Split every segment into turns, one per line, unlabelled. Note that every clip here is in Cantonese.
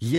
以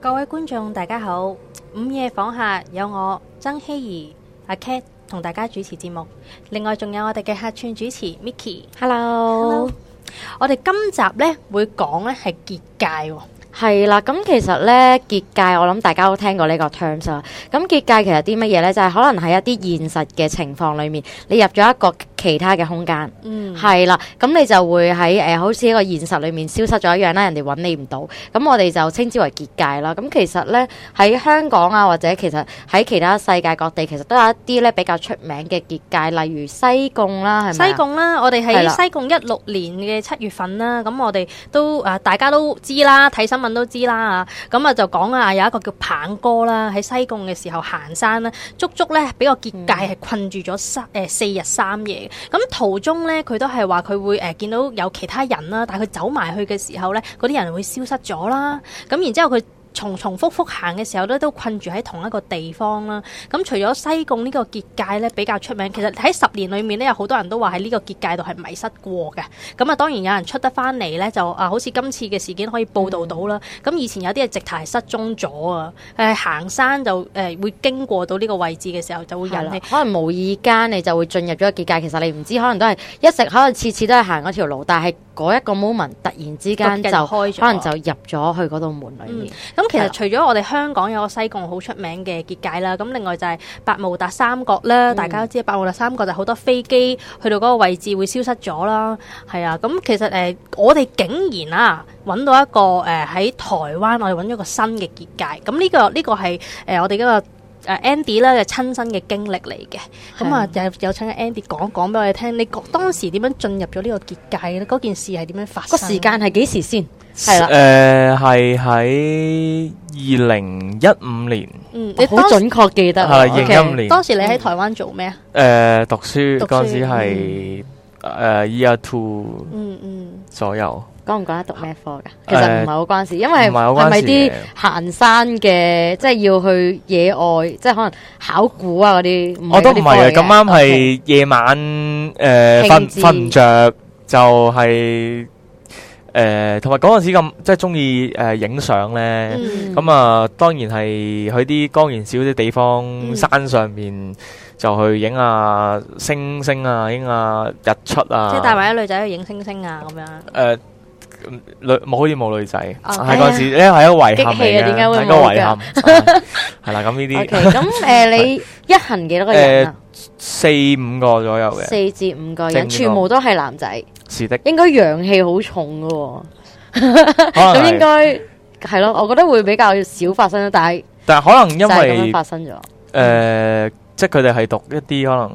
各位觀眾大家好，午夜訪客有我曾希怡、阿 Cat 同大家主持節目，另外仲有我哋嘅客串主持 Micky。
Hello，
我哋今集呢會講呢係結界喎，
係啦，咁其實咧結界，我諗大家都聽過呢個 terms 啦。咁結界其實啲乜嘢咧？就係、可能喺一啲現實嘅情況裏面，你入咗一個其他嘅空間，
嗯
係啦、咁你就會喺誒、呃好似一個現實裏面消失咗一樣啦，人哋揾你唔到，咁我哋就稱之為結界啦。咁其實咧喺香港啊，或者其實喺其他世界各地，其實都有一啲咧比較出名嘅結界，例如西貢啦，係
西
咪啊？
貢啦，我哋
係
喺
啦
西貢一六年嘅七月份啦，咁我哋都啊大家都知啦，睇新聞都知啦啊，咁啊就講啊有一個叫棒哥啦，喺西貢嘅時候行山啦，足足咧俾個結
嗯
界係困住咗三誒四日三夜嘅，咁途中咧佢都係話佢會誒見到有其他人啦，但係佢走埋去嘅時候咧，嗰啲人會消失咗啦，咁然之後佢。重重複複行嘅時候咧，都困住喺同一個地方啦。咁除咗西貢呢個結界咧比較出名，其實喺十年裏面咧，有好多人都話喺呢個結界度係迷失過嘅。咁啊，當然有人出得翻嚟咧，就啊，好似今次嘅事件可以報導到啦。
嗯
咁、以前有啲係直頭係失蹤咗啊，誒行山就誒、會經過到呢個位置嘅時候，就會
係
引
啦
起
可能無意間你就會進入咗個結界，其實你唔知，可能都係一直，可能次次都係行嗰條路，但係嗰一個 moment 突然之間
個
就
鏡頭開咗
可能就入咗去嗰道門裏面。
咁其
係啊
實
啦
除咗我哋香港有個西貢好出名嘅結界啦，咁另外就係百慕達三角
嗯
啦，大家都知百慕達三角就好多飛機去到嗰個位置會消失咗啦，係啊，咁其實誒、呃我哋竟然啊揾到一個誒喺、台灣，我哋揾咗個新嘅結界，咁呢、個呢、個係誒、呃我哋嗰、個。誒 Andy 啦嘅親身嘅經歷嚟嘅，咁啊有有請 Andy 講講俾我哋聽，你覺當時點樣進入咗呢個結界嘅咧？嗰件事係點樣發
個
生？
時間係幾時先？係啦，
诶系喺二零一五年，
嗯，你
我好
當時
準確記得喎。
係二
OK
零一五年
當時你喺台灣做咩啊？
诶讀書
讀書
嗰阵时系诶 year two
嗯嗯。
左右，
講唔講得讀咩科㗎？其實唔係好關事，因為
唔係好關
係咪
事
啲
嘅
行山嘅，即係要去野外，即係可能考古啊嗰啲。
我都唔係
係
啊，
嗰啲科嚟
咁
嘅
啱。係夜晚诶
興
瞓
致
瞓唔着，就係诶同埋嗰阵时咁即係中意诶影相咧。
Ừ.
嗯
咁啊，當然係去啲光源少啲地方，
嗯
山上面就去影下星星啊，影下日出啊。
即係帶埋啲女仔去影星星啊咁樣。
誒呃女冇好似冇女仔，
哦
係嗰陣時，呢係一個遺
哎
憾
激氣
嚟
啊
嘅，
點解會
係一個
冇
遺憾。 係係啦，咁呢
OK，
啲
咁誒，你一行幾多個人啊？
四五個左右嘅，
四至五個人，
正呢個
全部都係男仔，
是的，
應該陽氣好重嘅喎。
可能
咁應
係，
該係咯，我覺得會比較少發生，但係
但係可能
就
因
係咁
為
樣發生咗。
誒，即係佢哋係讀一啲可能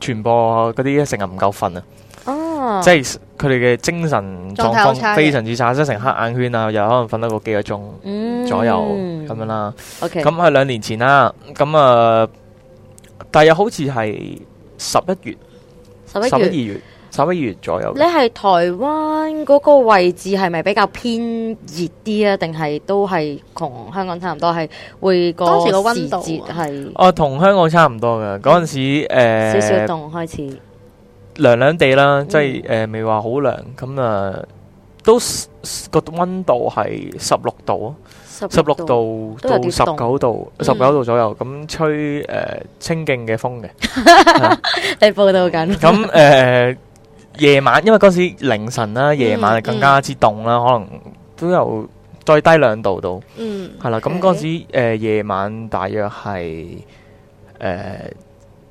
誒傳播嗰啲成日唔夠瞓啊，
哦，
即係佢哋嘅精神狀
狀態好差
況
嘅
非常之差，即係成黑眼圈啊，又可能瞓得個幾個鐘
係
左右咁樣。啦。
O K，
咁係兩年前啦，咁啊，大約好似係十一月、
十
十
一月，
一二月、十一月左右
你。係台灣嗰個位置係咪比較偏熱啲啊？定係都係同香港差唔多？係會個
當時個
時
溫度啊
節係
哦，同香港差唔多嘅嗰陣時，
嗯少少
誒
凍嗯開始。
涼涼地啦，即係誒未話好涼，咁啊都 s- s- 個温度係十六度啊，十六度
都有
到
啲
十
凍嗯
九度，十九度左右，咁吹誒清勁嘅風嘅。
你報道緊。
咁誒夜晚，因為嗰時凌晨啦，夜晚
嗯
係更加之凍啦，可能都有再低兩度度，
嗯
係啦。咁
OK
嗰時誒夜晚大約係誒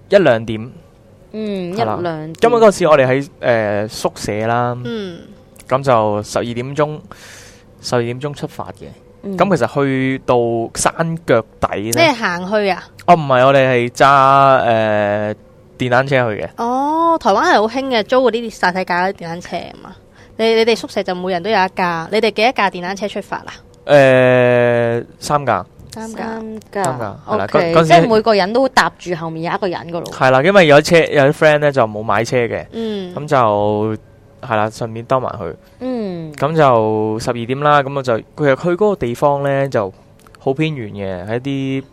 一兩點，
嗯，一
係啦
兩點。
因為嗰時我哋喺誒宿舍啦，
嗯
咁就十二點鐘，十二點鐘出發嘅。
嗯
咁其實去到山腳底
你係
咧，
行去啊？
哦唔係，我哋係揸诶電單車去嘅。
哦，台灣係好興嘅，租嗰啲晒世界嗰啲電單車啊嘛。你你哋宿舍就每人都有一架，你哋幾多架電單車出發啊？
诶、三架
三架。
三
三
噶
架係啦
o
嗰
k
嗰
即
時
係每個人都搭住後面有一個人噶咯。
係啦，因為有啲車有啲 friend 咧就冇買車嘅，
嗯，
咁就係啦，順便兜埋去。
嗯，
咁就十二點啦，咁我就佢又去嗰個地方咧就好偏遠嘅，喺啲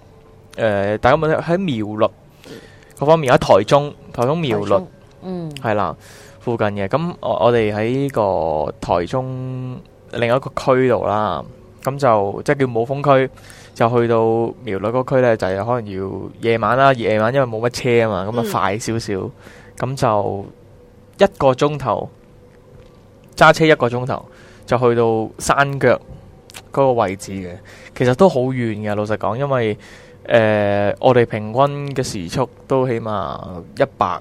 誒大家問喺苗栗嗰方面，喺台中台中苗栗
台中，嗯
係啦附近嘅。咁我我哋喺個台中另一個區度啦，咁就即係叫冇風區，就去到苗栗嗰區咧，就係可能要夜晚啦，夜晚因為冇乜車啊嘛，咁啊
嗯
快少少，咁就一個鐘頭揸車一個鐘頭就去到山腳嗰個位置嘅，其實都好遠嘅。老實講，因為誒、呃我哋平均嘅時速都起碼一百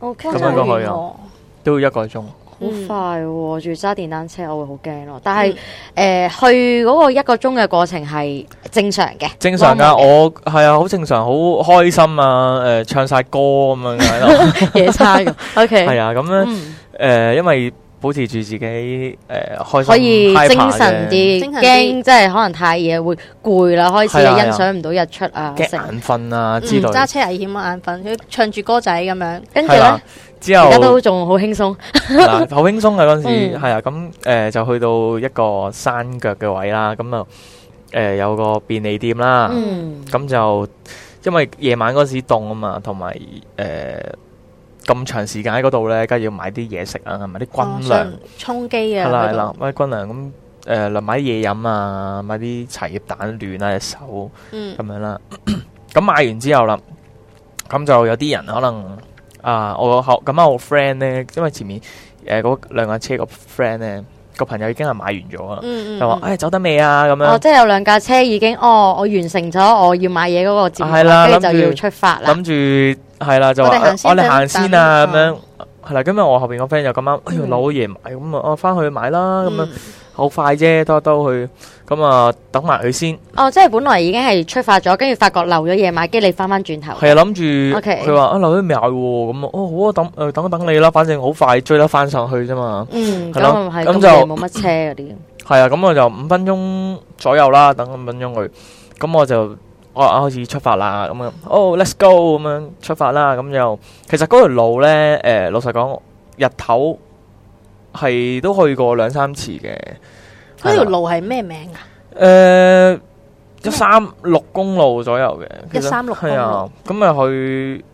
，OK，
哇
咁
真係
樣過
好
去
遠
啊
喎
都要一個鐘。
好快喎！仲要揸電單車，我會好驚咯。但係
嗯
誒去嗰個一個鐘嘅過程係正常 嘅，
正常噶，我係啊，好正常，好開心啊！誒、唱晒歌咁 樣嘅咯，
夜餐 咁。OK，
係啊，咁咧
嗯
誒，因為保持住自己誒、呃、開心，
可以
hyper
精神
嘅
啲，
精神啲
驚即係可能太夜會攰啦，開始
係啊
你
係
欣賞
啊
唔到日出啊，
驚
成
眼瞓啊之
嗯
類。
揸車危險啊，眼瞓，佢唱住歌仔咁樣。
跟住
係啦
咧，，
之
而家
後。
都仲好輕鬆。
嗱，好輕鬆嘅嗰陣時，
嗯
係啊，咁誒就去到一個山腳嘅位啦，咁啊誒有個便利店啦，
嗯，
咁就因為夜晚嗰陣時凍啊嘛，同埋誒咁長時間喺嗰度咧，梗係要買啲嘢食啊，同埋啲軍
哦
糧
想充機啊，
係啦係
嗰
啦
度，
買軍糧咁誒，嚟買嘢飲啊，買啲茶葉蛋暖啊隻手。
嗯
咁樣啦。 咁買完之後啦，咁就有啲人可能啊，我後咁啱我 friend 咧，因為前面誒嗰、兩架車個 friend 咧，個朋友已經係買完咗啦，
嗯嗯，
就話誒、
嗯
唉走得未啊咁
哦，
樣，
即係有兩架車已經，哦，我完成咗我要買嘢嗰個節
啊係
目
啦
啦，跟住
諗住
就要出發啦。
諗住係啦，就話
我哋行
啊
先
我哋行先啊
等嗯
咁樣。係啦，咁啊，我後邊個 friend 就咁啱，哎呀，
嗯
攞嘢買，咁啊，我翻去買啦，咁樣
嗯
好快啫，兜一兜去，咁啊，等埋佢先，
哦，即係本來已經係出發咗，跟住發覺漏咗嘢買，跟住你翻翻轉頭。
係啊，諗住
OK
佢話啊，留咗未嗌喎，咁啊，哦，好啊，等誒等一等你啦，反正好快追得翻上去啫嘛，
嗯，
係
咁
咯
啊係，
咁
咁
就
就冇乜車嗰啲。
系啊，咁我就五分鐘左右啦，等五分鐘佢，咁我就我啊開始出發啦，咁啊，哦，let's go 咁樣出發啦，咁就其實嗰條路咧，诶、老實講，日頭係都去過兩三次嘅，
嗰條路係咩名啊？
诶、一三六公路左右嘅，其實
136
係啊，咁啊去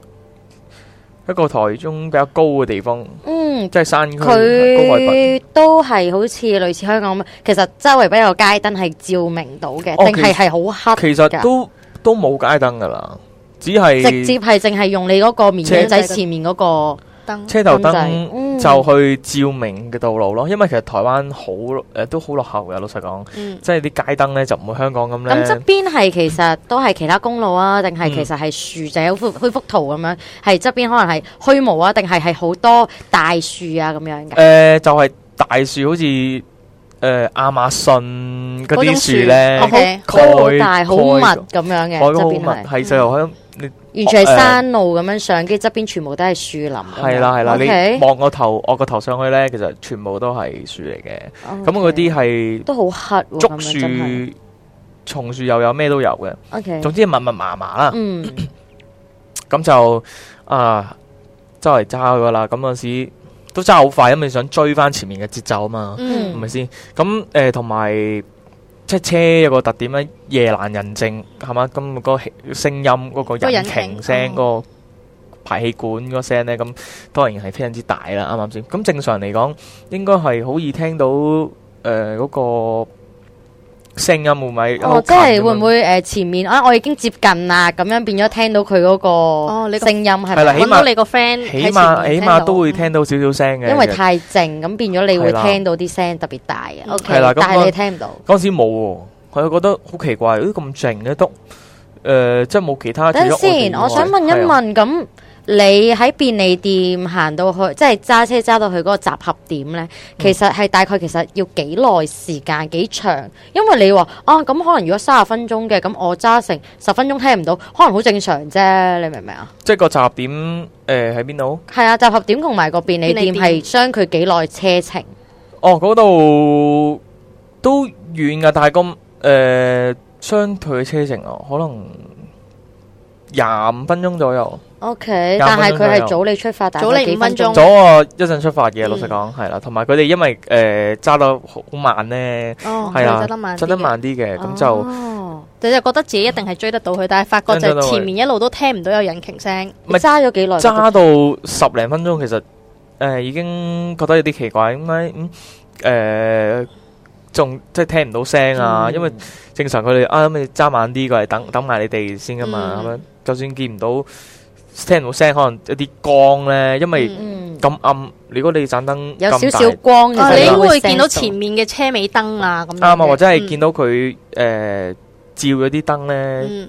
一個台中比較高嘅地方，
嗯，
即係山區高海拔。
佢都係好似類似香港咁，其實周圍都有街燈係照明到嘅，
哦
定係係好黑，
其實都都冇街燈噶啦，只係
直接係淨係用你嗰個面鏡仔
車
前面嗰個
燈
車頭
燈仔
燈
嗯
就去照明嘅道路咯，因為其實台灣好誒、呃都好落後嘅，老實講，
嗯
即係啲街燈咧就唔會香港咁
咁側
咧，
邊係其實都係其他公路啊，定係
嗯
其實係樹仔好幅虛幅圖咁樣，係側邊可能係虛無啊，定係係好多大樹啊咁樣
誒、
嘅。
就係、大樹好似誒、呃亞馬遜
嗰
嗰
種
啲樹
樹
咧
哦，
係
蓋
好大、好
蓋
密咁樣嘅，
外國
側
好
邊
密，
係嗯
係就喺你
完全係山路咁樣上，跟住側邊全部都係樹林咁樣。
係啦係啦，
OK，
你望個頭，我個頭上去咧，其實全部都係樹嚟嘅，咁嗰
OK
啲係
都好黑喎，
竹
咁樣真係。
樹、松樹又有咩都有嘅，
OK，
總之密密麻麻啦。
嗯，
咁就啊，周圍揸噶啦。咁嗰陣時都揸好快，因為想追翻前面嘅節奏啊嘛，係
嗯
咪先？咁誒同埋即係車有個特點咧，夜闌人靜係嘛？咁、嗰個氣聲音嗰、個
個
引
引
擎
擎
聲嗰、
哦
個排氣管嗰聲咧，咁當然係非常之大啦，啱唔啱先？咁正常嚟講，應該係好易聽到誒嗰、個聲音會唔會好
哦，即
近咁
係
樣
會唔會誒前面啊？我已經接近啦，咁樣變咗聽到佢嗰
哦
個
你個
聲音係
係啦
咪？
起碼
揾到你個 friend，
起碼起碼都會
聽
聽到少少聲嘅，
因為太靜，咁變咗你
係
會
啦
聽到啲聲特別大嘅。O
係
K，
啦咁
但
我
係你聽唔到。
嗰陣時冇喎，佢又覺得好奇怪，咦咁靜嘅都，誒、即係冇其他。
等陣
啊除咗我
先，
哋
我想問一
以外，
問，咁你喺便利店行到去，即係揸車揸到去嗰個集合點咧，
嗯
其實係大概其實要幾耐時間幾長，因為你話啊咁可能如果三十分鐘嘅，咁我揸成十分鐘聽唔到，可能好正常啫，你明唔明啊？
即係個集合點誒喺邊度？
係啊，集合點同埋個便利
便利
店
店
係相距幾耐車程？
哦，嗰度都遠噶，但係咁誒相對嘅車程啊，可能廿五分鐘左右，
O K，
廿
但
分
係
鐘
佢係
左
早你出發，大
早
概
你
幾
五分鐘
鐘。
早我一陣出發嘅，
嗯
老實講係啦，同埋佢哋因為誒揸得好慢咧，
哦，
係啊
就得慢啲嘅，
揸得慢啲嘅，咁就
哦
你就覺得自己一定係追得到佢，但係發覺
真係
就
追得到佢
前面一路都聽唔到有引擎聲。
你揸咗幾耐？
揸到十零分鐘，其實誒已經覺得有啲奇怪，點解嗯誒仲即係聽唔到聲啊？因為正常佢哋啊，咁你揸慢啲過嚟等等埋你哋先噶嘛，咁
嗯
樣就算見唔到聽唔到聲，可能一啲光咧，因為
嗯
咁暗，如果你盞燈
有
咁
少
大
少光，其
哦，
實
你
應
應該
該會
會見到
sense
前面嘅車尾燈啊，咁樣
啱啊，或者係見
到
到佢誒照嗰啲燈咧，
嗯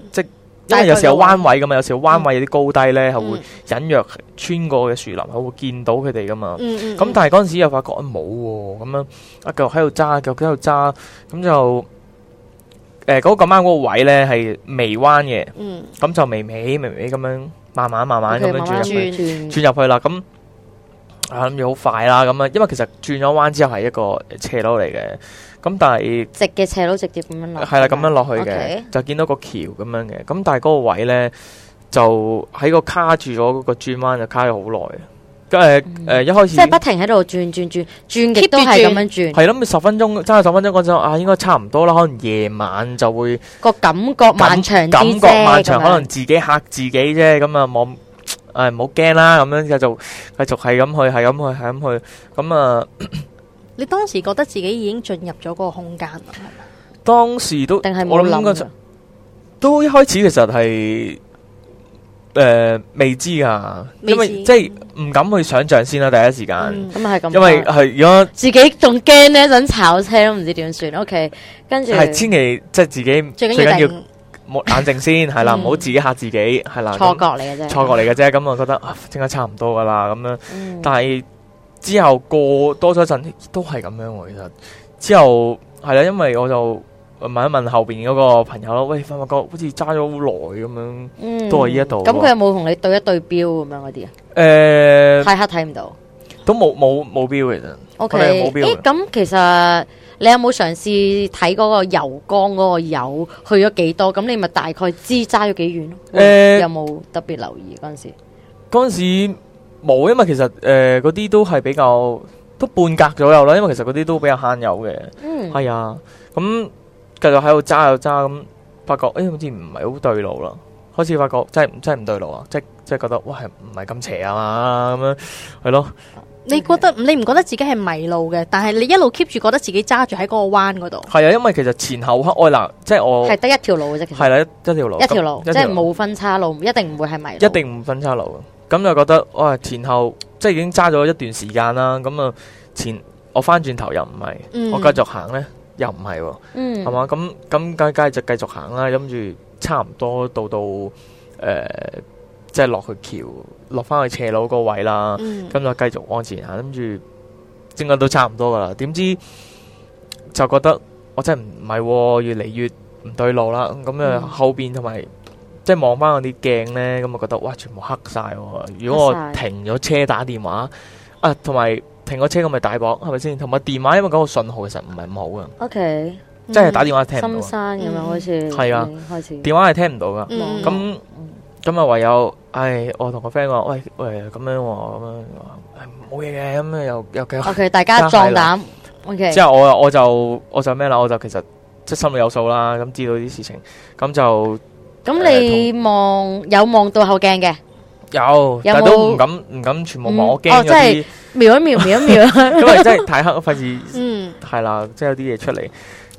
因
大
為
概
有時候
個位
彎位噶嘛，有時候彎位有啲高低咧係會
嗯
隱約穿過嘅樹林，係會見到佢哋噶嘛。
嗯嗯
咁但係嗰陣時又發覺啊冇喎，咁樣啊繼續喺度揸，繼續喺度揸，咁就誒嗰個咁啱嗰個位咧係微彎嘅。
嗯
咁就微微微微咁樣，慢慢慢慢咁樣轉入去，
轉
轉入去啦。咁啊諗住好快啦，咁啊，因為其實轉咗彎之後係一個斜路嚟嘅，咁但係
直嘅斜路直接咁樣落，
係啦咁樣落去嘅
OK
就見到個橋咁樣嘅，咁但係嗰個位咧就喺個卡住咗嗰個轉彎就卡咗好耐。咁誒誒一開
嗯即係不
始
停喺度轉轉轉轉極
Keep
都
住
係咁
轉
樣轉，
係諗住十分鐘，揸咗十分鐘嗰陣啊，應該差唔多啦，可能夜晚就會。
個感覺漫長啲
感
啫
覺漫長，
咁樣
可能自己嚇自己啫，咁啊冇，誒唔好驚啦，咁樣繼續繼續係咁去，係咁去，係咁去，咁啊
你當時覺得自己已經進入咗嗰個空間啦，
當時都
定係
我
冇
諗應該
諗啊。
都一開始其實係誒未知噶，
未知
因為即係唔敢去想像先啦，第一時間，
嗯
咁啊係咁，
因為係如果
自己仲驚呢陣炒車都唔知點算。OK，跟住
係千祈即係自己
最緊
最
要
緊要
定
冇冷靜先，係啦，
嗯
唔好自己嚇自己，係啦，
錯
咁
覺嚟嘅啫，
錯覺嚟嘅啫，咁我覺得啊，應該差唔多噶啦，咁樣。
嗯。
但係之後過多咗一陣都係咁樣喎，其實之後係啦，因為我就問一問後邊嗰個朋友咯，喂，發唔發覺好似揸咗好耐咁樣？
嗯
都係呢一度
咁
喎
佢有冇同你對一對標咁樣嗰啲啊？
誒、
太黑睇唔到。
都冇冇冇標其實，
O
我哋
K，
冇標嘅
咦？咁其實你有冇嘗試睇嗰個油缸嗰個油去咗幾多？咁你咪大概知揸咗幾遠咯？
誒
有冇特別留意嗰陣時？
嗰陣時冇，因為其實誒嗰啲都係比較都半格左右啦，因為其實嗰啲都比較慳油嘅。
嗯，
係啊，咁繼續喺度揸又揸，咁發覺誒、哎好似唔係好對路啦，開始發覺真係真係唔對路啊，即即係覺得哇係唔係咁邪啊嘛，咁樣係咯，
你覺得你唔覺得自己係迷路嘅，但係你一路 keep 住覺得自己揸住喺嗰個彎嗰度，
係啊，因為其實前後黑愛嗱，即係我
係得一條路嘅啫，其實
係啦一一條路，
一條路，
咁
即係冇分叉路，一定唔會係迷路。
一定唔分叉路嘅，咁就覺得哇前後即係已經揸咗一段時間啦，咁啊前我翻轉頭又唔係，
嗯
我繼續行咧又唔係喎。
嗯
係嘛？咁咁梗梗係就繼續行啦，諗住差唔多到到誒、呃即係落去橋，落翻去斜路個位啦。
嗯
咁、就繼續往前行，諗住應該都差唔多噶啦。點知就覺得我真係唔唔係喎，越嚟越唔對路啦。咁
嗯
啊、後邊同埋即係望翻嗰啲鏡咧，咁啊覺得哇，全部黑晒喎！如果
黑
我
晒
停咗車打電話啊，同埋停咗車咁咪大鑊係咪先？同埋電話因為嗰個信號其實唔係咁好噶，
，OK，
嗯
即係打電話聽唔到
深
啊。
山咁樣
嗯
好似
係啊，
開始
電話係聽唔到噶。
嗯
咁咁啊，唯有唉，我同個 friend 話：喂喂，咁樣喎，咁樣唉冇嘢嘅，咁樣又又繼 續。
OK，大家壯膽，OK，
之後我我就我就咩啦，我就其實即係心裏有數啦，咁知道啲事情，咁就
咁你望有望到後鏡嘅，
有，但係都唔敢唔敢全部望，我驚
嗯
嗰
哦即
啲，
瞄一瞄，瞄一瞄，
因為真係太黑，費事
嗯
係啦，即係有啲嘢出嚟。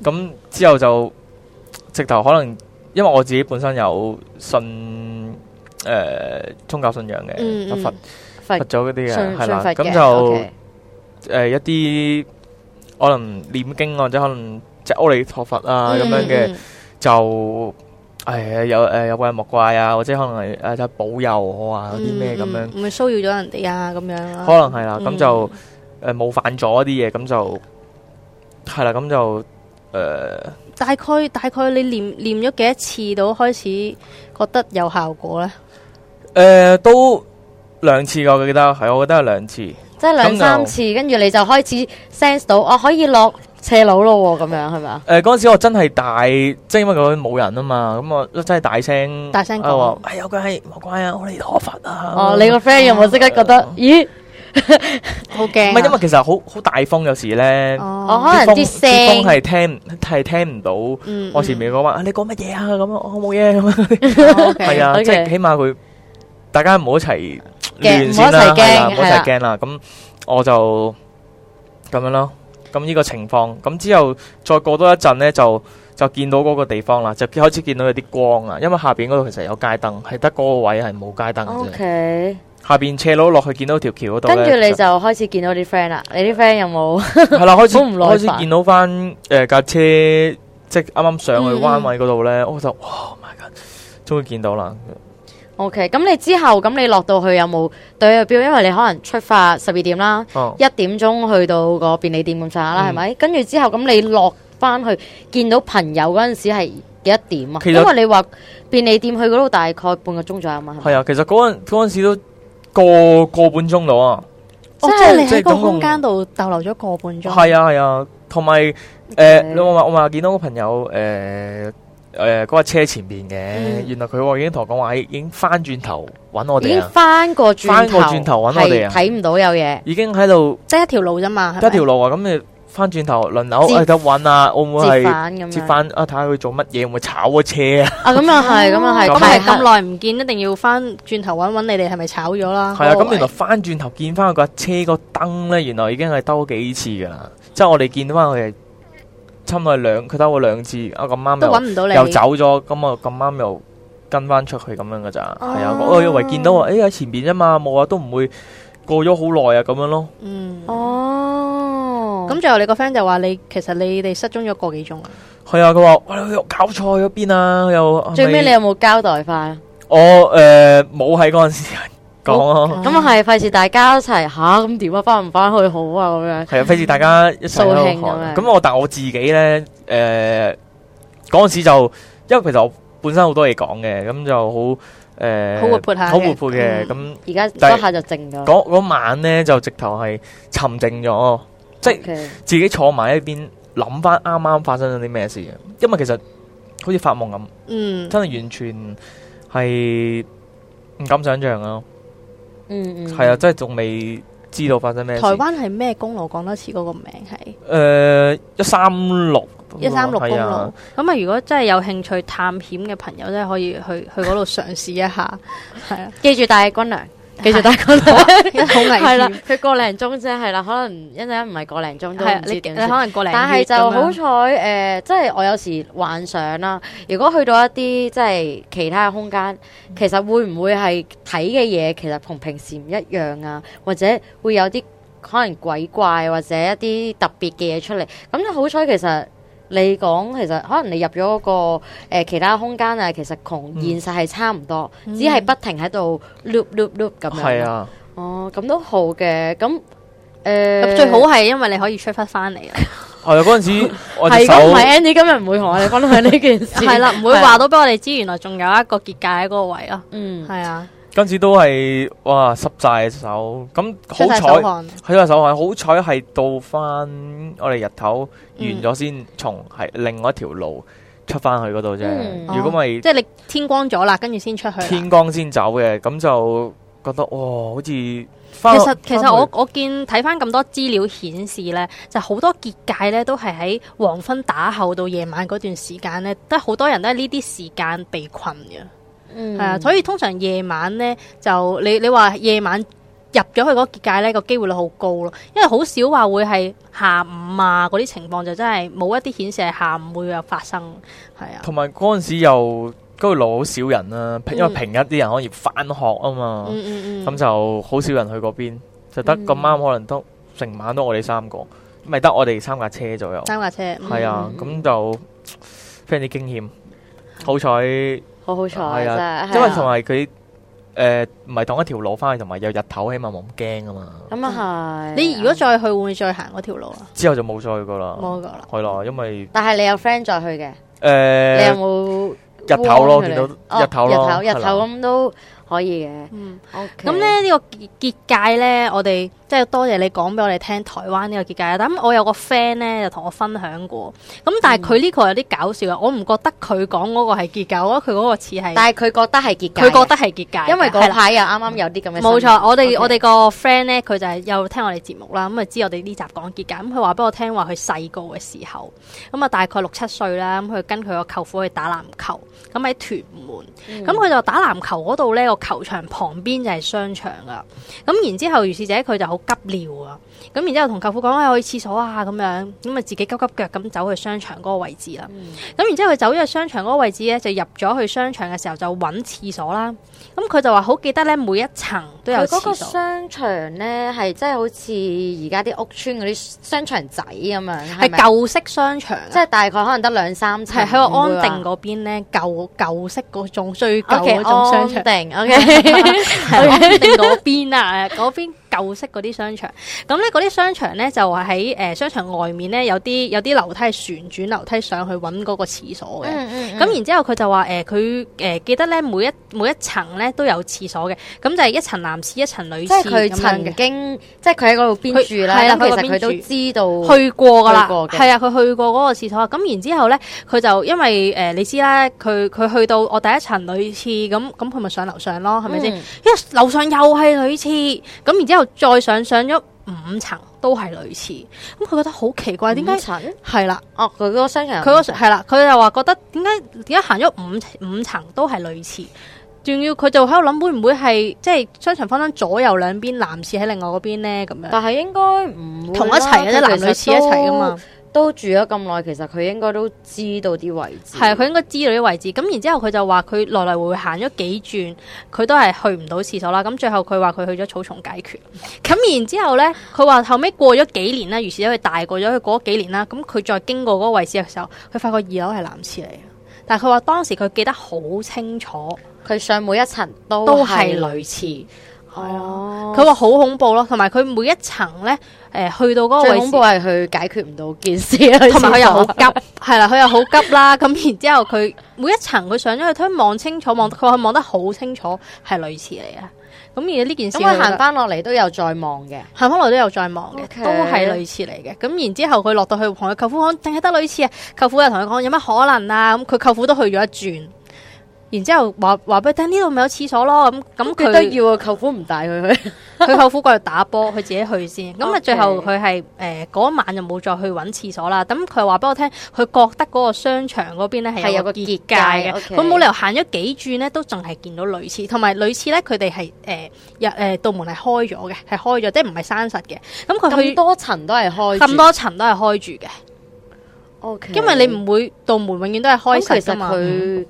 咁之後就直頭可能，因為我自己本身有信誒宗教信仰
嗯
嘅，
嗯
佛
佛
佛祖嗰啲啊
信
嘅，係
信
啦，
佛嘅
咁就
OK
誒一啲可
Ừ.
啊 À, 能念經或者可能即係阿彌陀佛啊咁樣嘅，
嗯
就誒有誒有個人莫怪啊，或者可能係誒就保佑我啊啲咩咁樣，
嗯，嗯會騷擾咗人哋啊咁樣啦。
可能係啦，咁
嗯
就誒冒犯咗啲嘢，咁就係啦，咁就呃誒
大概大概你練練咗幾多次到開始覺得有效果咧？
誒呃都兩次㗎我記得係，我覺得係兩次。
即係兩三次，跟住你就開始 sense 到，我可以落斜路咯喎，咁樣係咪啊？
呃誒嗰陣時我真係大，即係因為嗰陣冇人啊嘛，咁我真係大聲
大聲講
啊話，哎有個係莫怪啊，我哋陀佛啊。
哦，你個 friend 有冇即刻覺得，咦？
好驚啊！
唔係因為其實好好大風，有時咧。
我
哦，
可能
風
啲
風
聲
係聽係聽唔到
嗯
我前面嗰話啊，你講乜嘢啊？咁啊，我冇嘢咁啊，係
係
啊，
OK
即係起碼佢大家唔好一齊
驚
亂先啦，
唔好一齊驚
係啦，唔好一
係啦
齊驚啦。咁我就咁樣咯。咁呢個情況，咁之後再過多一陣呢，就就見到嗰個地方啦，就開始見到有啲光啦。因為下邊嗰度其實有街燈，係得嗰個位係冇街燈嘅啫。
哦，OK，
下邊斜路落去見到條橋嗰度呢，
跟住你
其實
就開始見到啲 friend 啦。你啲 friend 有冇？
係啦，開始
好唔耐煩
開始見到翻誒架車，即係啱啱上
嗯
去彎位嗰度咧，我就哇，oh my god！終於見到啦，
O K，咁你之後咁你落到去有冇對個標？因為你可能出發十二點啦，
哦，
一點鐘去到個便利店咁上下啦，
嗯
係咪？跟住之後咁你落翻去見到朋友嗰陣時係幾多點啊？
其實
因為你話便利店去嗰度大概半個鐘左右嘛，係咪
係？啊，其實嗰陣嗰陣時都個個半鐘到啊，
哦
即
即
係
係你
即
喺
係
個
總共
空間度逗留咗個半鐘。
係啊係啊，同埋誒
嗯
你我話我話見到個朋友誒誒嗰架車前邊嘅，原來佢話已經同我講話已經翻轉頭揾我
已
哋
經
啊，
翻過轉頭，
翻過轉頭揾我哋啊
係睇唔到有嘢。
已經喺度
即係一條路啫嘛，係咪
一條路啊，咁你翻轉頭輪流
接
誒得揾啊，會唔會
折
係
返咁
接
樣
翻啊？睇下佢做乜嘢，會唔會炒個車啊？
啊，咁又係，咁又係，
咁
咁
咪
係
咁耐唔見，一定要翻轉頭揾揾你哋係咪炒咗啦？
係啊，
嗰個
咁
位
原來翻轉頭見翻佢架車個燈咧，原來已經係兜咗幾次噶啦。即係我哋見翻佢係差唔多係兩，佢兜咗兩次，啊咁啱
都
又
揾唔到你，
又走咗，咁啊咁啱又跟翻出去咁樣噶咋。係啊，
哦
我以為見到話，誒喺前邊啫嘛，冇啊，都唔會過咗好耐啊咁樣咯。
嗯，
哦，
咁最後你個 friend 就話你其實你哋失蹤咗個幾鐘啊？
係啊，佢話喂你有搞錯去咗邊啊，又係咪
最尾你有冇交代翻？
我誒冇喺嗰陣時講咯，
咁啊係，費事大家一齊吓咁點啊？翻唔翻去好啊？咁樣。
係啊，費事大家一齊喺
掃興
度
咁樣
看。咁我但我自己咧，誒嗰陣時就，因為其實我本身好多嘢講嘅，咁就好誒，
好活潑下嘅
好活潑嘅。
嗯
咁
而家
但係
嗰下就靜咗。
嗰嗰晚咧就直頭係沉靜咗，即係
OK
自己坐埋一邊諗翻啱啱發生咗啲咩事嘅。因為其實好似發夢咁，
嗯，
真係完全係唔敢想象咯。
嗯嗯，
係啊，真係仲未知道發生咩事。
台灣係咩公路？講多次嗰個名係
誒呃一三六
一三六公
係啊
路。咁啊，如果真係有興趣探險嘅朋友，真係可以去去嗰度嘗試一 下，係啊，
記住帶軍糧，記住帶軍糧。
好危
係啦
險。，
佢個零鐘啫，係啦，可能一陣唔係個零鐘都
係啊
唔
你
知
你
點
可
算。
能過嚟，
但係就好彩誒，即係我有時幻想啦，如果去到一啲即係其他嘅空間，其實會唔會係睇嘅嘢其實同平時唔一樣啊？或者會有啲可能鬼怪或者一啲特別嘅嘢出嚟？咁好彩其實。你講其實可能你入咗嗰個、呃、其他空間啊，其實同現實係差唔多，
嗯
只係不停喺度 loop loop loop 咁樣。
係，啊，
哦，咁都好嘅，咁誒，
咁
咁
最好係因為你可以出翻翻嚟啦，
係啊，嗰 陣時我隻
係
手
咁，唔係 Andy 今日唔會同我哋分享呢件事，
係啦，唔
啊
會話到俾我哋知，原來仲有一個結界喺嗰個位啊，
嗯，
係啊，
嗰陣時都係哇濕晒手，咁
出
好
晒
彩
手汗，
係啦手汗，好彩係到翻我哋日頭完
嗯
咗先，從係另外一條路出翻去嗰度啫
嗯。
哦
如果咪
即係你天光咗啦，跟住先出去啦。
天光先走嘅，咁就覺得哇，好似
其
翻
實其實
返
我我見睇翻咁多資料顯示咧，就好多結界咧都係喺黃昏打後到夜晚嗰段時間咧，得好多人都係呢啲時間被困嘅，係、
嗯
係
啊，所以通常夜晚咧就你你話夜晚入咗去嗰個結界咧個機會率好高咯，因為好少話會係下午啊嗰啲情況就真係冇一啲顯示係下午會有發生，係啊，
同埋嗰陣時又嗰條路好少人啦，因為平日啲人可以翻學啊嘛。
嗯嗯嗯，
咁就好少人去嗰邊，就得
嗯
咁啱可能得成晚都我哋三個，咪得我哋三架車左右，
三架車，嗯
係啊，咁就非常之驚險。好彩
好好彩
係啊
真係，
因
係
為
啊
同埋佢诶唔係同一條路翻去，同埋有日頭，起碼冇咁驚啊嘛。
咁啊係。
你如果再去，會唔會再行嗰條路啊？
之後就冇再去噶啦，
冇噶啦。
係啦，因為呃
但係你有 friend 再去嘅，你有
诶
冇
日頭咯，
warn 佢
見
哋
到
哦
日頭咯，
日頭日頭
係啦
咁都可以嘅。
嗯，
OK
咁咧呢個結結界咧，我哋即係多謝你講俾我哋聽台灣呢個結界啦。咁我有個 friend 咧就同我分享過，咁但係佢呢個有啲搞笑啊嘅，我唔覺得佢講嗰個係結界，我覺得佢嗰個似係，
但係佢覺得係結界，
佢覺得係結界，
因為
係
嗰
啦
排又啱啱有啲咁嘅新聞。
冇錯，我哋
OK
我哋個 friend 咧，佢就係有聽我哋節目啦，咁啊知我哋呢集講結界，咁佢話俾我聽話佢細個嘅時候，咁啊大概六七歲啦，咁佢跟佢個舅父去打籃球，咁喺屯門，咁佢、就打籃球嗰度咧個球場旁邊就係商場噶，咁然之後如是者佢就好急尿啊，咁然之後同舅父講啊我去廁所啊咁樣，咁啊自己急急腳咁走去商場嗰個位置啦，
嗯
咁然之後佢走咗去商場嗰個位置咧，就入咗去商場嘅時候就揾廁所啦。咁佢就話好記得咧，每一層都有
佢嗰個
廁所。
商場咧係真係好似而家啲屋村嗰啲商場仔咁樣，
係
係咪
舊式商場啊，
即係大概可能得兩三層，
係喺個安定
嗰
嗰邊咧，舊舊式嗰種最舊
OK
嗰種商場，
安定 OK
係安定嗰邊啊，嗰邊舊式嗰啲商場。咁咧嗰啲商場咧就話喺誒商場外面咧有啲有啲樓梯係旋轉樓梯上去揾嗰個廁所
嗯
嘅。嗯咁然之後佢就話誒佢誒記得咧每一每一層咧都有廁所嘅，咁就係一層男廁一層女
即係
廁咁
佢
樣嘅
曾。經，即係佢喺嗰度邊住啦。
佢係啦啊
咁其
佢
實
個邊
佢都
住
知道
去過噶啦，
去過嘅
係啊，佢去過嗰個廁所。咁然之後咧，佢就因為誒、呃你知啦，佢佢去到哦我第一層女廁，咁咁佢咪上樓上咯，係咪先？因
嗯
為樓上又係女廁，咁然之後再上上咗五層都係女廁，咁佢覺得好奇怪，點
五
解
層？
係啦？
哦，佢嗰個商場有
佢嗰
五層
係啦，佢又話覺得點解點解行咗五五層都係類似，仲要佢就喺度諗會唔會係即係商場分分左右兩邊男廁喺另外嗰邊咧咁樣，
但係應該唔會
同一
啦
齊嘅啫，
佢
男
其
女
實
廁一齊噶嘛。
都。都住咗咁耐，其實佢應該都知道啲位置。
係啊，佢應該知道啲位置。咁然之後佢就話佢來來回回行咗幾轉，佢都係去唔到廁所啦。咁最後佢話佢去咗草叢解決。咁然之後咧，佢話後尾過咗幾年啦，於是咧佢大個咗，佢過咗幾年啦，咁佢再經過嗰個位置嘅時候，佢發覺二樓係男廁嚟嘅。但係佢話當時佢記得好清楚，
佢上每一層都
都係啊
女
類似。
哦
佢話好恐怖咯，同埋佢每一層咧，誒、去到嗰個
最
位
恐
置
怖。係佢解決唔到件事啊 咯，
同埋佢又好急，係啦，佢又好急啦。咁然之後佢每一層佢上咗去，佢望清楚，望佢話望得好清楚，係類似嚟嘅。咁而呢件事
咁佢行
翻
翻落嚟都有再望嘅，
行翻落都有再望嘅
OK
都係類似嚟嘅。咁然之後佢落到去同佢舅父講，淨係得類似啊。舅父又同佢講有乜可能啊？咁佢舅父都去咗一轉，然之後話話俾佢聽呢度咪有廁所咯。咁咁
佢都
佢
要啊，舅父唔帶佢去，
佢舅父過去打波，佢自己去先。咁啊，
OK
最後佢係誒嗰晚就冇再去揾廁所啦。咁佢話俾我聽，佢覺得嗰個商場嗰邊咧係
係有
有
個
個
結
結
界
界
嘅
嘅，
OK
佢冇理由行咗幾轉咧，都仲係見到類似。同埋類似咧，佢哋係誒入誒道門係開咗嘅，係開咗，即係唔係閂實嘅。咁 佢
咁
去
多層都係開住
咁多層都係開住嘅，
，OK，
因為你唔會道門永遠都係開
咁
實
其實
㗎嘛。
佢。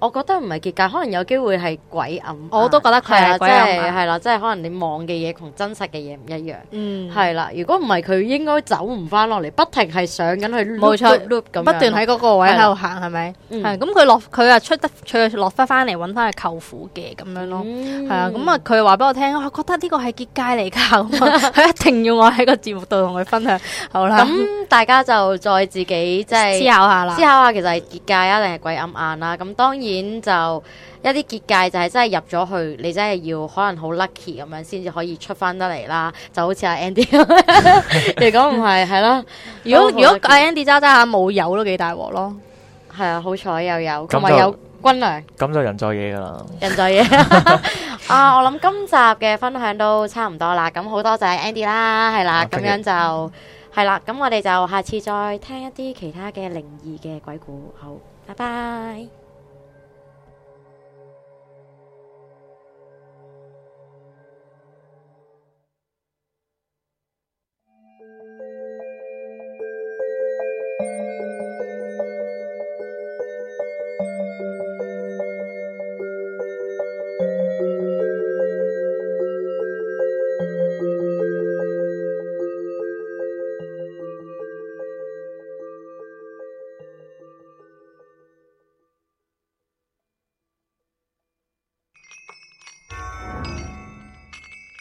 我覺得唔係結界，可能有機會係鬼暗眼。
我都覺得佢係
係啦
鬼暗
即係
眼
係啦，即係可能你望嘅嘢同真實嘅嘢唔一樣。
嗯，
係啦，如果唔係佢應該走唔翻落嚟，不停係上緊去 loop
冇錯
loop 咁樣
不斷喺嗰個位喺度行，係咪？
嗯
係咁，佢落佢啊出得佢落翻翻嚟揾翻佢舅父嘅咁樣咯。
嗯
係啊，咁啊，佢話俾我聽，我覺得呢個係結 界嚟㗎，咁啊佢一定要我喺個節目度同佢分享。好啦，
咁大家就再自己即係
思考下啦
思考。下其實係結界啊，定係鬼暗眼啦。咁當然就一啲結界就係真係入咗去，你真係要可能好 lucky 咁樣先至可以出翻得嚟啦。就好似阿 Andy 咁樣 如果唔係係啦，
如果
都
如
好啊
果
lucky
阿 Andy 渣渣下冇有都幾大鑊咯。
係啊，好彩又有，
就
同埋有軍糧
咁就人在嘢噶啦。
人在 嘢 啊！我諗今集嘅分享都差唔多啦，咁好多謝 Andy 啦，係啦
啊，
咁
多
樣
謝
就係啦，咁我哋就下次再聽一啲其他嘅靈異嘅鬼故，好，拜拜。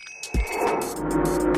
拜。